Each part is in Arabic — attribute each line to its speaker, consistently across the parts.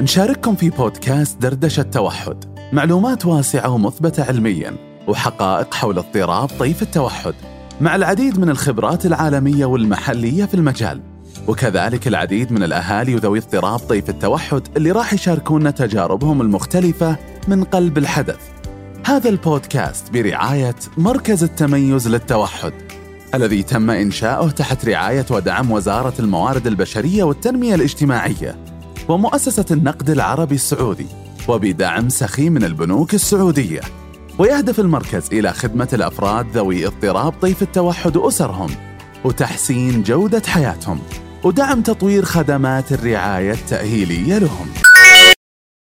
Speaker 1: نشارككم في بودكاست دردشة توحد معلومات واسعة ومثبتة علميا وحقائق حول اضطراب طيف التوحد مع العديد من الخبرات العالمية والمحلية في المجال وكذلك العديد من الأهالي وذوي اضطراب طيف التوحد اللي راح يشاركونا تجاربهم المختلفة من قلب الحدث هذا البودكاست برعاية مركز التميز للتوحد الذي تم إنشاؤه تحت رعاية ودعم وزارة الموارد البشرية والتنمية الاجتماعية ومؤسسة النقد العربي السعودي وبدعم سخي من البنوك السعودية ويهدف المركز إلى خدمة الأفراد ذوي اضطراب طيف التوحد وأسرهم وتحسين جودة حياتهم ودعم تطوير خدمات الرعاية التأهيلية لهم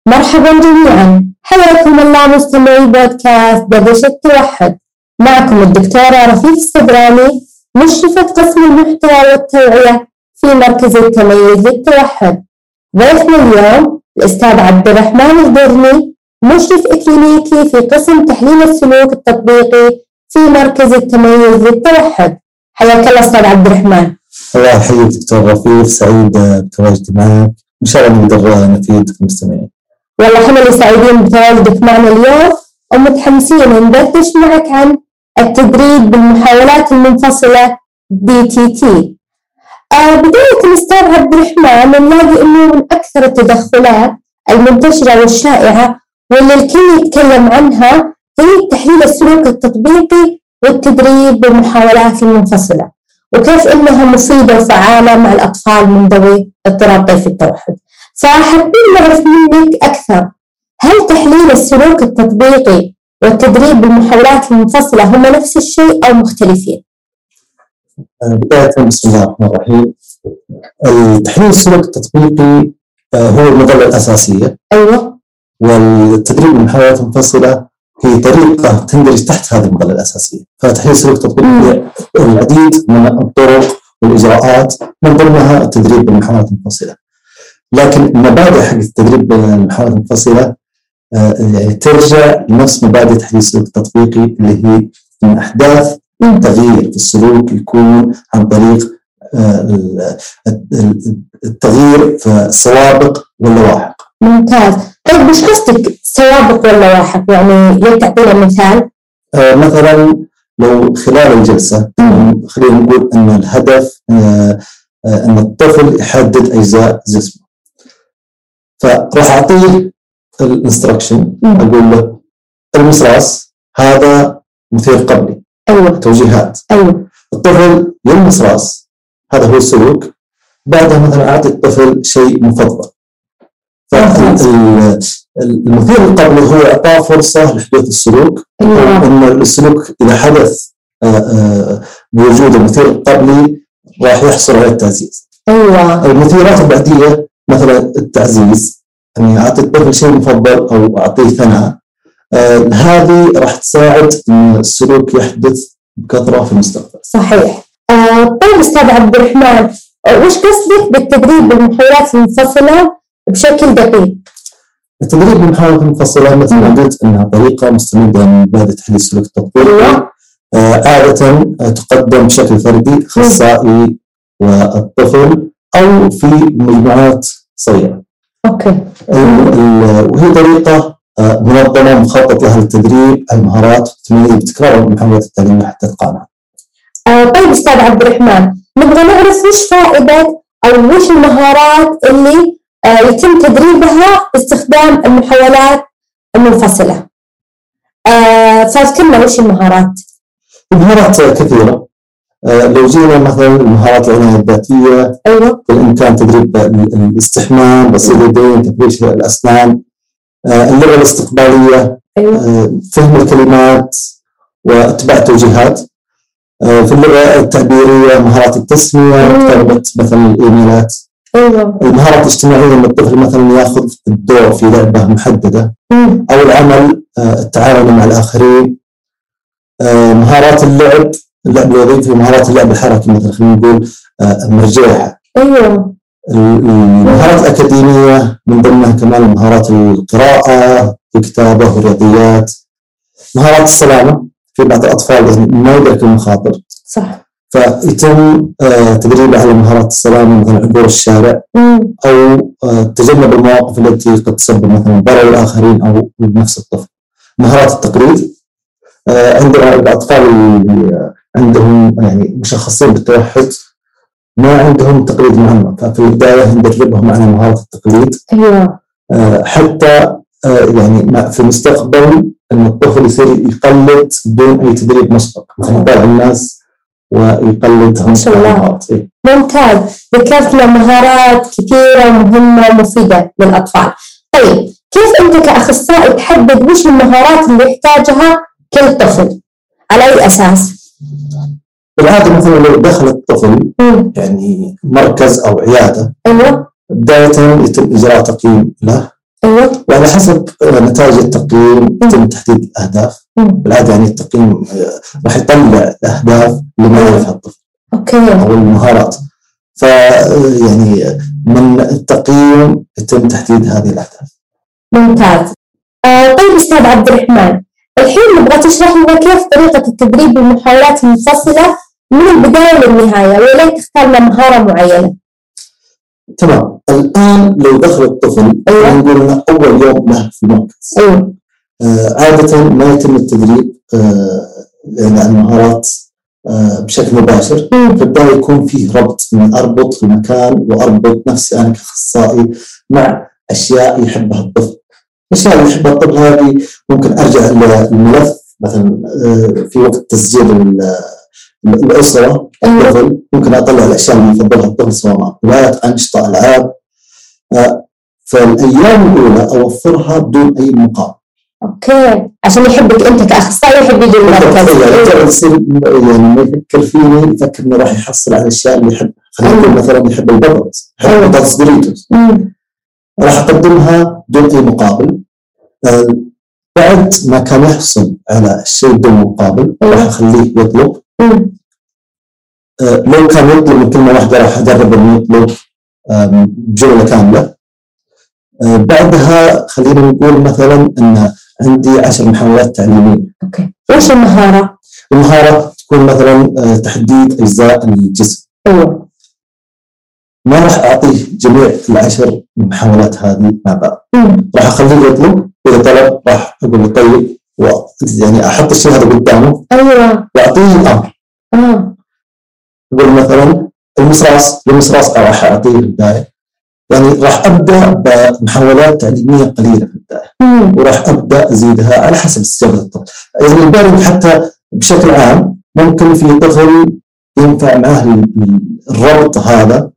Speaker 2: مرحبا جميعا حياكم الله مستمعي بودكاست دردشة التوحد معكم الدكتورة رفيق السبراني مشرفة قسم المحتوى والتوعية في مركز التميز للتوحد ضيفنا اليوم الأستاذ عبد الرحمن البرني مشرف إكلينيكي في قسم تحليل السلوك التطبيقي في مركز التميز للتوحد حياك الله أستاذ عبد الرحمن
Speaker 3: الله يحييك دكتور رفيق سعيد بتواجدي معك وان شاء الله نقدر نفيدك المستمعين
Speaker 2: والله احنا اللي سعيدين بتواجدك معنا اليوم ومتحمسين ندردش معك عن التدريب بالمحاولات المنفصلة دي تي تي آه بداية الأستاذ عبد الرحمن نلاقي إنه من أكثر التدخلات المنتشرة والشائعة واللي الكل يتكلم عنها هي تحليل السلوك التطبيقي والتدريب بالمحاولات المنفصلة وكيف إنها مفيدة وفعالة مع الأطفال من ذوي اضطراب طيف التوحد فحابين نعرف منك أكثر هل تحليل السلوك التطبيقي والتدريب بالمحاولات المنفصلة هما نفس الشيء أو مختلفين؟
Speaker 3: بداية بسم الله الرحمن الرحيم التحليل السلوك التطبيقي آه، هو المظلة الأساسية
Speaker 2: أيوه
Speaker 3: والتدريب المحاولات المنفصلة هي طريقة تندرج تحت هذه المظلة الأساسية فتحليل السلوك التطبيقي العديد من الطرق والإجراءات من ضمنها التدريب بالمحاولات المنفصلة لكن المبادئ حق التدريب بالمحاولات المنفصلة يعني ترجع لنفس مبادئ تحليل السلوك التطبيقي اللي هي ان احداث تغيير في السلوك يكون عن طريق آه، التغيير في السوابق واللواحق.
Speaker 2: ممتاز، طيب وش قصدك سوابق واللواحق؟ يعني لو تعطينا مثال؟
Speaker 3: مثلا آه، لو خلال الجلسه خلينا نقول ان الهدف ان الطفل يحدد اجزاء جسمه. فراح اعطيه الانستركشن اقول له المصراص هذا مثير قبلي
Speaker 2: ايوه
Speaker 3: توجيهات
Speaker 2: ايوه
Speaker 3: الطفل يلمس راس هذا هو السلوك بعدها مثلا اعطي الطفل شيء مفضل فالمثير القبلي هو اعطاه فرصه لحدوث السلوك
Speaker 2: أيوة.
Speaker 3: ان السلوك اذا حدث آه، بوجود المثير القبلي راح يحصل على التعزيز
Speaker 2: ايوه
Speaker 3: المثيرات البعديه مثلا التعزيز اني اعطي الطفل شيء مفضل او اعطيه ثناء آه، هذه راح تساعد ان السلوك يحدث بكثره في المستقبل.
Speaker 2: صحيح آه طيب استاذ عبد الرحمن آه، وش قصدك بالتدريب بالمحاولات المنفصلة بشكل دقيق؟
Speaker 3: التدريب بالمحاولات المنفصله مثل ما قلت انها طريقه مستمده من مبادئ تحليل السلوك التطبيقي. آه، عاده آه، تقدم بشكل فردي اخصائي والطفل او في مجموعات صغيره.
Speaker 2: اوكي
Speaker 3: ال- ال- وهي طريقه آه، منظمه مخطط لها للتدريب على المهارات والتميز بتكرار المحاولات التعليميه حتى اتقانها.
Speaker 2: آه طيب استاذ عبد الرحمن نبغى نعرف وش فائدة او وش المهارات اللي آه يتم تدريبها باستخدام المحاولات المنفصلة. آه فاذكرنا وش المهارات؟
Speaker 3: المهارات كثيرة آه، لو جينا مثلا المهارات العناية الذاتية
Speaker 2: ايوه
Speaker 3: بالإمكان تدريب ال- الاستحمام غسيل اليدين تفريش الأسنان آه، اللغة الاستقبالية
Speaker 2: ايوه
Speaker 3: آه، فهم الكلمات واتباع التوجيهات آه، في اللغة التعبيرية مهارات التسمية
Speaker 2: مم.
Speaker 3: كتابة مثلا الإيميلات أيوة.
Speaker 2: ايوه
Speaker 3: المهارات الاجتماعية أن الطفل مثلا ياخذ الدور في لعبة محددة
Speaker 2: مم.
Speaker 3: او العمل آه، التعاون مع الاخرين آه، مهارات اللعب اللعب الوظيفي مهارات اللعب الحركي مثلا خلينا نقول آه، المرجيحه
Speaker 2: ايوه
Speaker 3: ال- المهارات الاكاديميه من ضمنها كمان مهارات القراءه الكتابه والرياضيات مهارات السلامه في بعض الاطفال يعني ما يدرك المخاطر
Speaker 2: صح
Speaker 3: فيتم آه، تدريبه على مهارات السلامه مثل عبور الشارع
Speaker 2: مم.
Speaker 3: او آه، تجنب المواقف التي قد تسبب مثلا ضرر الاخرين او لنفس الطفل. مهارات التقليد آه، عندنا الاطفال اللي آه، عندهم يعني مشخصين بالتوحد ما عندهم تقليد معمم ففي البدايه ندربهم على مهاره التقليد
Speaker 2: ايوه
Speaker 3: آه، حتى آه، يعني ما- في المستقبل ان الطفل يصير يقلد بدون اي تدريب مسبق مثلا يطالع الناس ويقلدهم
Speaker 2: ما شاء الله.
Speaker 3: على بعض. إيه.
Speaker 2: ممتاز ذكرت لنا مهارات كثيرة مهمة ومفيدة للأطفال طيب كيف أنت كأخصائي تحدد وش المهارات اللي يحتاجها كل طفل على أي أساس؟
Speaker 3: بالعاده مثلا لو دخل الطفل
Speaker 2: مم.
Speaker 3: يعني مركز او عياده
Speaker 2: أيوه
Speaker 3: بدايه يتم اجراء تقييم له
Speaker 2: أيوه
Speaker 3: وعلى حسب آه، نتائج التقييم يتم تحديد الاهداف
Speaker 2: مم.
Speaker 3: بالعاده يعني التقييم آه، راح يطلع الاهداف اللي ما يعرفها الطفل
Speaker 2: أوكي
Speaker 3: او المهارات ف يعني من التقييم يتم تحديد هذه الاهداف
Speaker 2: ممتاز آه طيب أستاذ عبد الرحمن الحين نبغى تشرح لنا كيف طريقة التدريب بالمحاولات المنفصلة من البداية للنهاية ويا ليت اخترنا مهارة معينة
Speaker 3: تمام الان لو دخل الطفل
Speaker 2: أيوة.
Speaker 3: نقول انه اول يوم له في المركز
Speaker 2: أيوه
Speaker 3: آه عاده ما يتم التدريب آه يعني عن المهارات آه بشكل مباشر
Speaker 2: مم.
Speaker 3: فبالتالي يكون فيه ربط اني اربط المكان واربط نفسي انا كاخصائي مع اشياء يحبها الطفل. الاشياء اللي يحبها الطفل هذه ممكن ارجع للملف مثلا آه، في وقت تسجيل ال- الاسره
Speaker 2: أيوه
Speaker 3: الطفل ممكن اطلع الاشياء اللي يفضلها الطفل سواء هوايات انشطه العاب آه، فالايام الاولى اوفرها بدون اي مقام.
Speaker 2: أوكي عشان يحبك أنت كأخصائي يحب يجي المركز
Speaker 3: يعني
Speaker 2: أيوه.
Speaker 3: ترى يصير يعني ما يفكر فيني يفكر انه راح يحصل على الاشياء اللي يحبها خلينا نقول مثلا يحب البطاطس يحب
Speaker 2: أيوة.
Speaker 3: البطاطس دوريتوس
Speaker 2: مم.
Speaker 3: راح اقدمها بدون اي مقابل آه، بعد ما كان يحصل على الشيء بدون مقابل
Speaker 2: أيوة.
Speaker 3: راح اخليه يطلب
Speaker 2: مم.
Speaker 3: آه، لو كان يطلب من كلمه واحده راح ادرب انه يطلب آم، بجمله كامله آه، بعدها خلينا نقول مثلا ان عندي عشر محاولات تعليميه
Speaker 2: اوكي وش المهارة؟
Speaker 3: المهارة تكون مثلا آه، تحديد أجزاء الجسم
Speaker 2: ايوه
Speaker 3: ما راح أعطيه جميع العشر محاولات هذه مع بعض
Speaker 2: أمم.
Speaker 3: راح أخليه يطلب إذا طلب راح أقول له طيب و... يعني أحط الشيء هذا قدامه
Speaker 2: ايوه
Speaker 3: وأعطيه الأمر
Speaker 2: اه
Speaker 3: أقول مثلا المصراص المصراص راح أعطيه في البداية يعني راح أبدأ بمحاولات تعليمية قليلة في البداية
Speaker 2: أمم.
Speaker 3: وراح ابدا ازيدها على حسب استجابه الطفل. يعني البارد حتى بشكل عام ممكن في طفل ينفع معه ال- ال- الربط هذا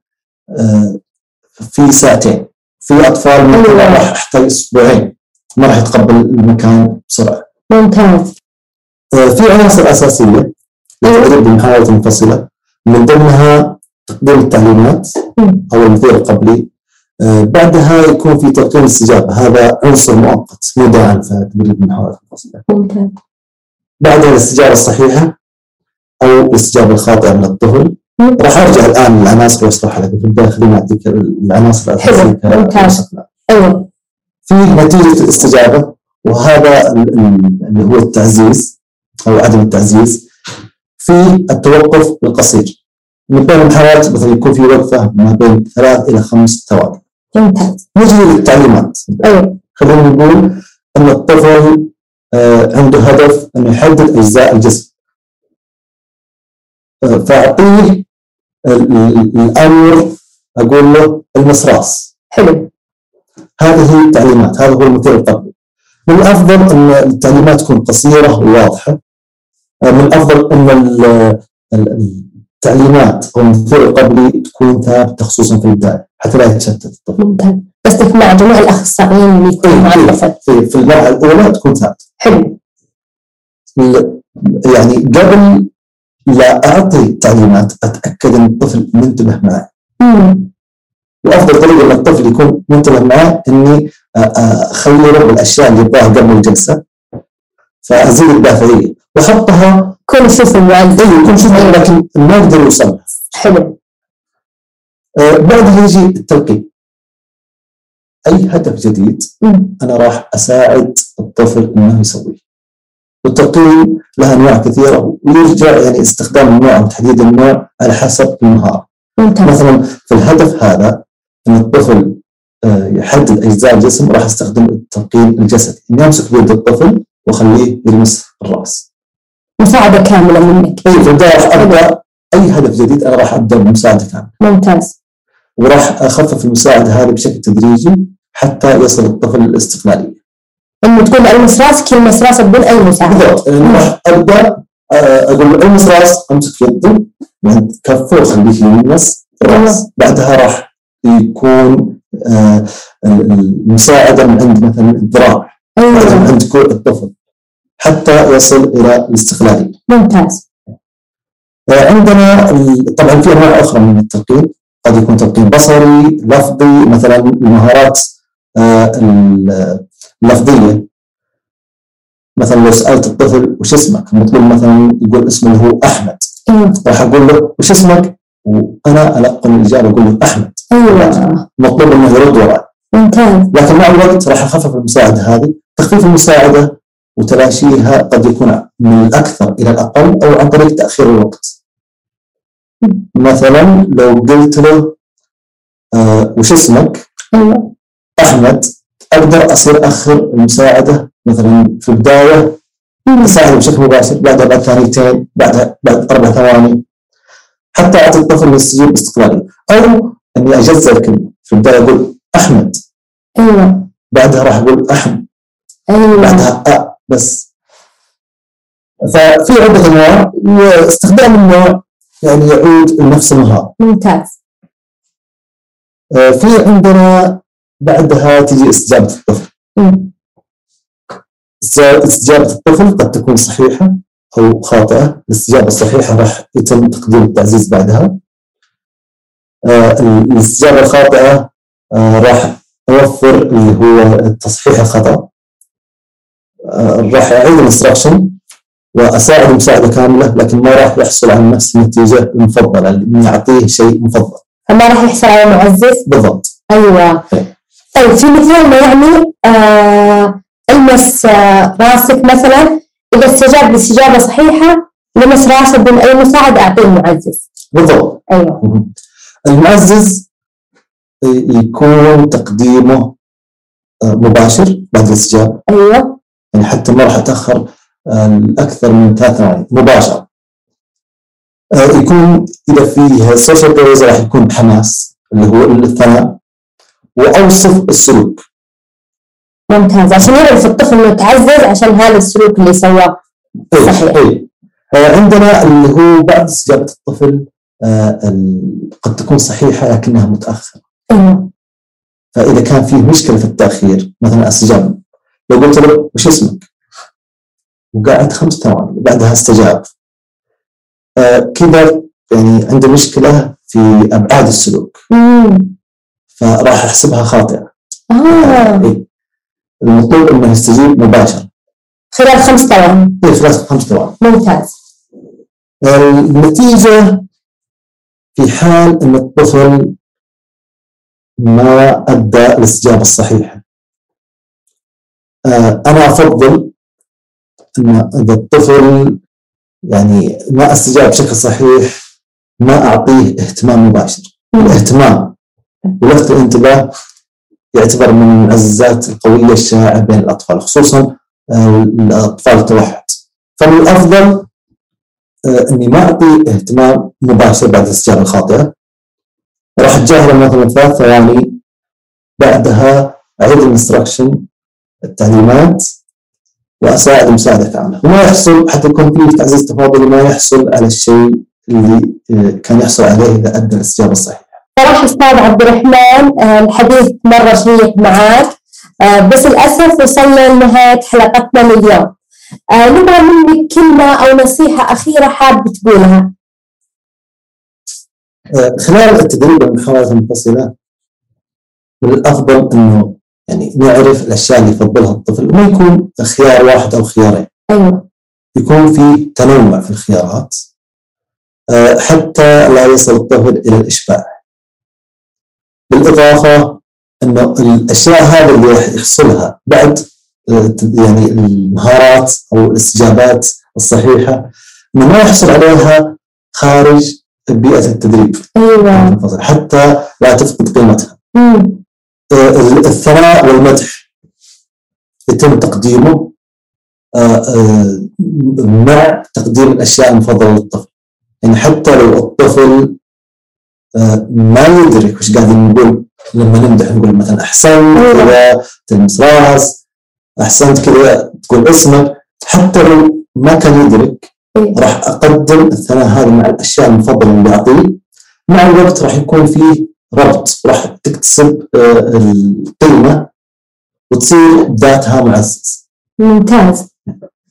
Speaker 3: آه، في ساعتين. في اطفال ممكن
Speaker 2: أيوة.
Speaker 3: راح احتاج اسبوعين ما راح يتقبل المكان بسرعه.
Speaker 2: ممتاز
Speaker 3: آه، في عناصر اساسيه لتدريب المحاولات المنفصله من ضمنها تقديم التعليمات
Speaker 2: أمم.
Speaker 3: او المدير القبلي آه، بعدها يكون في تقييم الاستجابه هذا عنصر مؤقت مو داعم في تدريب المحاولات المنفصله.
Speaker 2: ممتاز
Speaker 3: بعدها الاستجابه الصحيحه او الاستجابه الخاطئه من الطفل
Speaker 2: أمم.
Speaker 3: راح ارجع الان للعناصر واشرحها لك في البدايه خليني اعطيك العناصر
Speaker 2: حلو،
Speaker 3: الاساسيه
Speaker 2: ممتاز.
Speaker 3: كمشكلة.
Speaker 2: ايوه
Speaker 3: في نتيجه الاستجابه وهذا ال- ال- اللي هو التعزيز او عدم التعزيز في التوقف القصير من بين المحاولات مثلا يكون في وقفه ما بين ثلاث الى خمس ثواني
Speaker 2: ممتاز
Speaker 3: نجي للتعليمات
Speaker 2: ايوه
Speaker 3: خلينا نقول ان الطفل آه، عنده هدف انه يحدد اجزاء الجسم آه، فاعطيه ال- ال- الامر اقول له المصراص
Speaker 2: حلو
Speaker 3: هذه هي التعليمات هذا هو المثير القبلي من الافضل ان التعليمات تكون قصيره وواضحه آه، من الافضل ان ال- ال- التعليمات او المثير القبلي تكون ثابته خصوصا في البدايه حتى لا يتشتت الطفل
Speaker 2: ممتاز قصدك مع جميع الاخصائيين اللي يكونوا مع الطفل
Speaker 3: في في المرحله الاولى تكون ثابته
Speaker 2: حلو
Speaker 3: ل- يعني قبل لا اعطي تعليمات اتاكد ان الطفل منتبه معي
Speaker 2: أمم.
Speaker 3: وافضل طريقه ان الطفل يكون منتبه معي اني أ- أ- اخلي آه، رب الاشياء اللي يبغاها قبل الجلسه فازيد الدافعيه واحطها
Speaker 2: كونوا شوفوا المعلم
Speaker 3: اي يكون شوفها إيه، لكن ما اقدر اوصلها
Speaker 2: حلو
Speaker 3: أه، بعدها يجي التلقين اي هدف جديد
Speaker 2: أمم.
Speaker 3: انا راح اساعد الطفل انه يسويه والتقييم له انواع كثيره ويرجع يعني استخدام النوع او تحديد النوع على حسب المهاره
Speaker 2: ممتاز
Speaker 3: مثلا في الهدف هذا ان الطفل آه، يحدد اجزاء الجسم راح استخدم التقييم الجسدي اني امسك بيد الطفل واخليه يلمس الراس
Speaker 2: مساعدة كاملة منك
Speaker 3: اي في البدايه راح ابدا اي هدف جديد انا راح ابدا بمساعده كامله
Speaker 2: ممتاز
Speaker 3: وراح اخفف المساعده هذه بشكل تدريجي حتى يصل الطفل للاستقلاليه
Speaker 2: انه تقول المس راسك يلمس راسك بدون اي مساعدة
Speaker 3: بالضبط يعني راح ابدا آه، اقول له المس راس امسك يده من كفه وخليه يلمس الراس بعدها راح يكون آه، المساعده من عند مثلا الذراع مثلا
Speaker 2: ايوه
Speaker 3: عند كوع الطفل حتى يصل الى الاستقلاليه
Speaker 2: ممتاز
Speaker 3: آه، عندنا ال- طبعا في انواع اخرى من التلقين قد يكون تلقين بصري لفظي مثلا المهارات آه، ال- اللفظيه مثلا لو سالت الطفل وش اسمك؟ لما تقول مثلا يقول اسمه اللي هو احمد
Speaker 2: ايوه
Speaker 3: راح اقول له وش اسمك؟ وانا القن الاجابه اقول له احمد
Speaker 2: ايوه
Speaker 3: مطلوب انه يرد وراي
Speaker 2: ممتاز
Speaker 3: لكن مع الوقت راح اخفف المساعده هذه تخفيف المساعده وتلاشيها قد يكون من الاكثر الى الاقل او عن طريق تاخير الوقت مثلا لو قلت له آه وش اسمك
Speaker 2: ايوه
Speaker 3: احمد اقدر اصير اخر المساعده مثلا في البدايه اساعده بشكل مباشر بعدها بعد ثانيتين بعدها بعد اربع ثواني حتى اعطي الطفل يستجيب باستقلاليه او اني اجزء الكلمه في البدايه اقول احمد
Speaker 2: ايوه
Speaker 3: بعدها راح اقول احمد
Speaker 2: ايوه
Speaker 3: بعدها أ بس ففي عدة أنواع واستخدام النوع يعني يعود لنفس المهارة
Speaker 2: ممتاز
Speaker 3: آه، في عندنا بعدها تجي استجابة الطفل
Speaker 2: مم.
Speaker 3: است- استجابة الطفل قد تكون صحيحة أو خاطئة الاستجابة الصحيحة راح يتم تقديم التعزيز بعدها آه، الاستجابة الخاطئة آه، راح أوفر اللي هو تصحيح الخطأ آه، راح أعيد الانستراكشن وأساعد مساعدة كاملة لكن ما راح يحصل على نفس النتيجة المفضلة اللي أعطيه شيء مفضل
Speaker 2: فما راح يحصل على معزز
Speaker 3: بالضبط
Speaker 2: ايوه طيب في مثالنا يعني آه المس آه راسك مثلا اذا استجاب باستجابه صحيحه لمس راسه بدون اي مساعده اعطيه معزز
Speaker 3: بالضبط
Speaker 2: ايوه
Speaker 3: المعزز آه، يكون تقديمه آه، مباشر بعد الاستجابة
Speaker 2: ايوه
Speaker 3: يعني حتى ما راح أتأخر آه، أكثر من ثلاث ثواني مباشرة يكون إذا فيه سوشيال بيز راح يكون بحماس اللي هو الثناء وأوصف السلوك
Speaker 2: ممتاز عشان يعرف الطفل انه تعزز عشان هذا السلوك اللي سواه
Speaker 3: إيه،
Speaker 2: صحيح.
Speaker 3: إيه. عندنا اللي هو بعد استجابة الطفل آه، ال- قد تكون صحيحة لكنها متأخرة
Speaker 2: ايوه
Speaker 3: فاذا كان فيه مشكله في التاخير مثلا استجاب لو قلت له وش اسمك؟ وقعد خمس ثواني بعدها استجاب آه كذا يعني عنده مشكله في ابعاد السلوك
Speaker 2: مم.
Speaker 3: فراح يحسبها خاطئه
Speaker 2: اه
Speaker 3: إيه. المطلوب انه يستجيب مباشره
Speaker 2: خلال خمس ثواني
Speaker 3: إيه خلاص خمس ثواني
Speaker 2: ممتاز
Speaker 3: النتيجه في حال ان الطفل ما ادى الاستجابه الصحيحه آه، انا افضل ان اذا الطفل يعني ما استجاب بشكل صحيح ما اعطيه اهتمام مباشر الاهتمام ولفت الانتباه يعتبر من المعززات القويه الشائعه بين الاطفال خصوصا آه، الاطفال التوحد فمن الافضل آه، اني ما اعطي اهتمام مباشر بعد الاستجابه الخاطئه راح اتجاهله مثلا ثلاث ثواني بعدها اعيد الانستركشن التعليمات واساعد مساعده كامله وما يحصل حتى يكون في تعزيز تفاضلي ما يحصل على الشيء اللي آه، كان يحصل عليه اذا ادى الاستجابه الصحيحه
Speaker 2: صراحة أستاذ عبد الرحمن آه، الحديث مرة شيق معاك آه، بس للأسف وصلنا لنهاية حلقتنا لليوم آه، نبغى منك كلمة أو نصيحة أخيرة حاب تقولها
Speaker 3: آه، خلال التدريب والمحاولات المنفصلة من الأفضل أنه يعني نعرف الأشياء اللي يفضلها الطفل وما يكون خيار واحد أو خيارين
Speaker 2: أيوه
Speaker 3: يكون في تنوع في الخيارات آه، حتى لا يصل الطفل إلى الإشباع بالإضافة أنه الأشياء هذه اللي راح يحصلها بعد يعني المهارات او الاستجابات الصحيحه انه ما يحصل عليها خارج بيئه التدريب
Speaker 2: ايوه
Speaker 3: حتى لا تفقد قيمتها
Speaker 2: مم.
Speaker 3: آه، الثناء والمدح يتم تقديمه آه، آه، مع تقديم الاشياء المفضله للطفل يعني حتى لو الطفل آه، ما يدرك وش قاعدين نقول لما نمدح نقول مثلا احسنت
Speaker 2: أيوة.
Speaker 3: كذا تلمس راس احسنت كذا تقول اسمك حتى لو ما كان يدرك
Speaker 2: أيوة.
Speaker 3: راح اقدم الثناء هذا مع الاشياء المفضله اللي بعطيه مع الوقت راح يكون فيه ربط راح تكتسب آه، القيمه وتصير ذاتها معزز
Speaker 2: ممتاز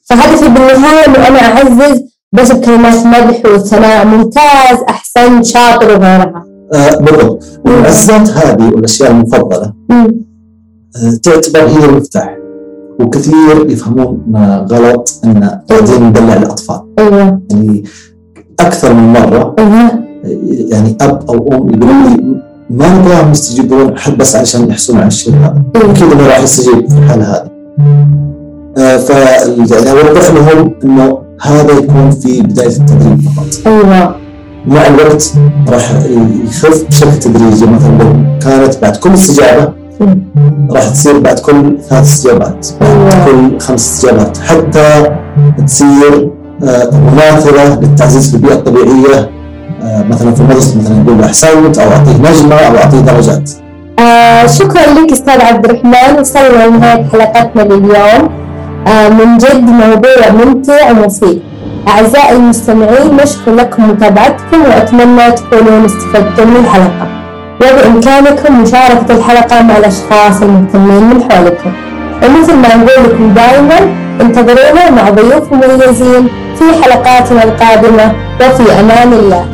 Speaker 2: فهدفي بالنهاية إنه أنا أعزز بس بكلمات مدح وثناء ممتاز أحسن شاطر وغيرها
Speaker 3: آه، بالضبط المعززات هذه والاشياء المفضله
Speaker 2: مم.
Speaker 3: آه، تعتبر هي المفتاح وكثير يفهمون غلط ان قاعدين ندلع الاطفال
Speaker 2: أيوه
Speaker 3: يعني اكثر من مره
Speaker 2: أيوه
Speaker 3: يعني اب او ام يقولون لي ما نبغاهم يستجيبون حد بس علشان يحصلون على الشيء هذا
Speaker 2: أيوه
Speaker 3: اكيد انه راح يستجيب في الحاله هذه. آه، ف يعني اوضح لهم انه هذا يكون في بدايه التدريب فقط.
Speaker 2: أيوه
Speaker 3: مع الوقت راح يخف بشكل تدريجي مثلا لو كانت بعد كل استجابه
Speaker 2: مم.
Speaker 3: راح تصير بعد كل ثلاث استجابات، بعد كل خمس استجابات حتى تصير آه، مماثله للتعزيز في البيئه الطبيعيه آه، مثلا في المدرسه مثلا نقول له احسنت او اعطيه نجمه او اعطيه درجات.
Speaker 2: آه شكرا لك استاذ عبد الرحمن وصلنا لنهايه حلقتنا لليوم آه من جد موضوع ممتع ومفيد اعزائي المستمعين نشكر لكم متابعتكم واتمنى تكونوا استفدتم من الحلقه وبامكانكم مشاركه الحلقه مع الاشخاص المهتمين من حولكم ومثل ما نقول لكم دائما انتظرونا مع ضيوف مميزين في حلقاتنا القادمه وفي امان الله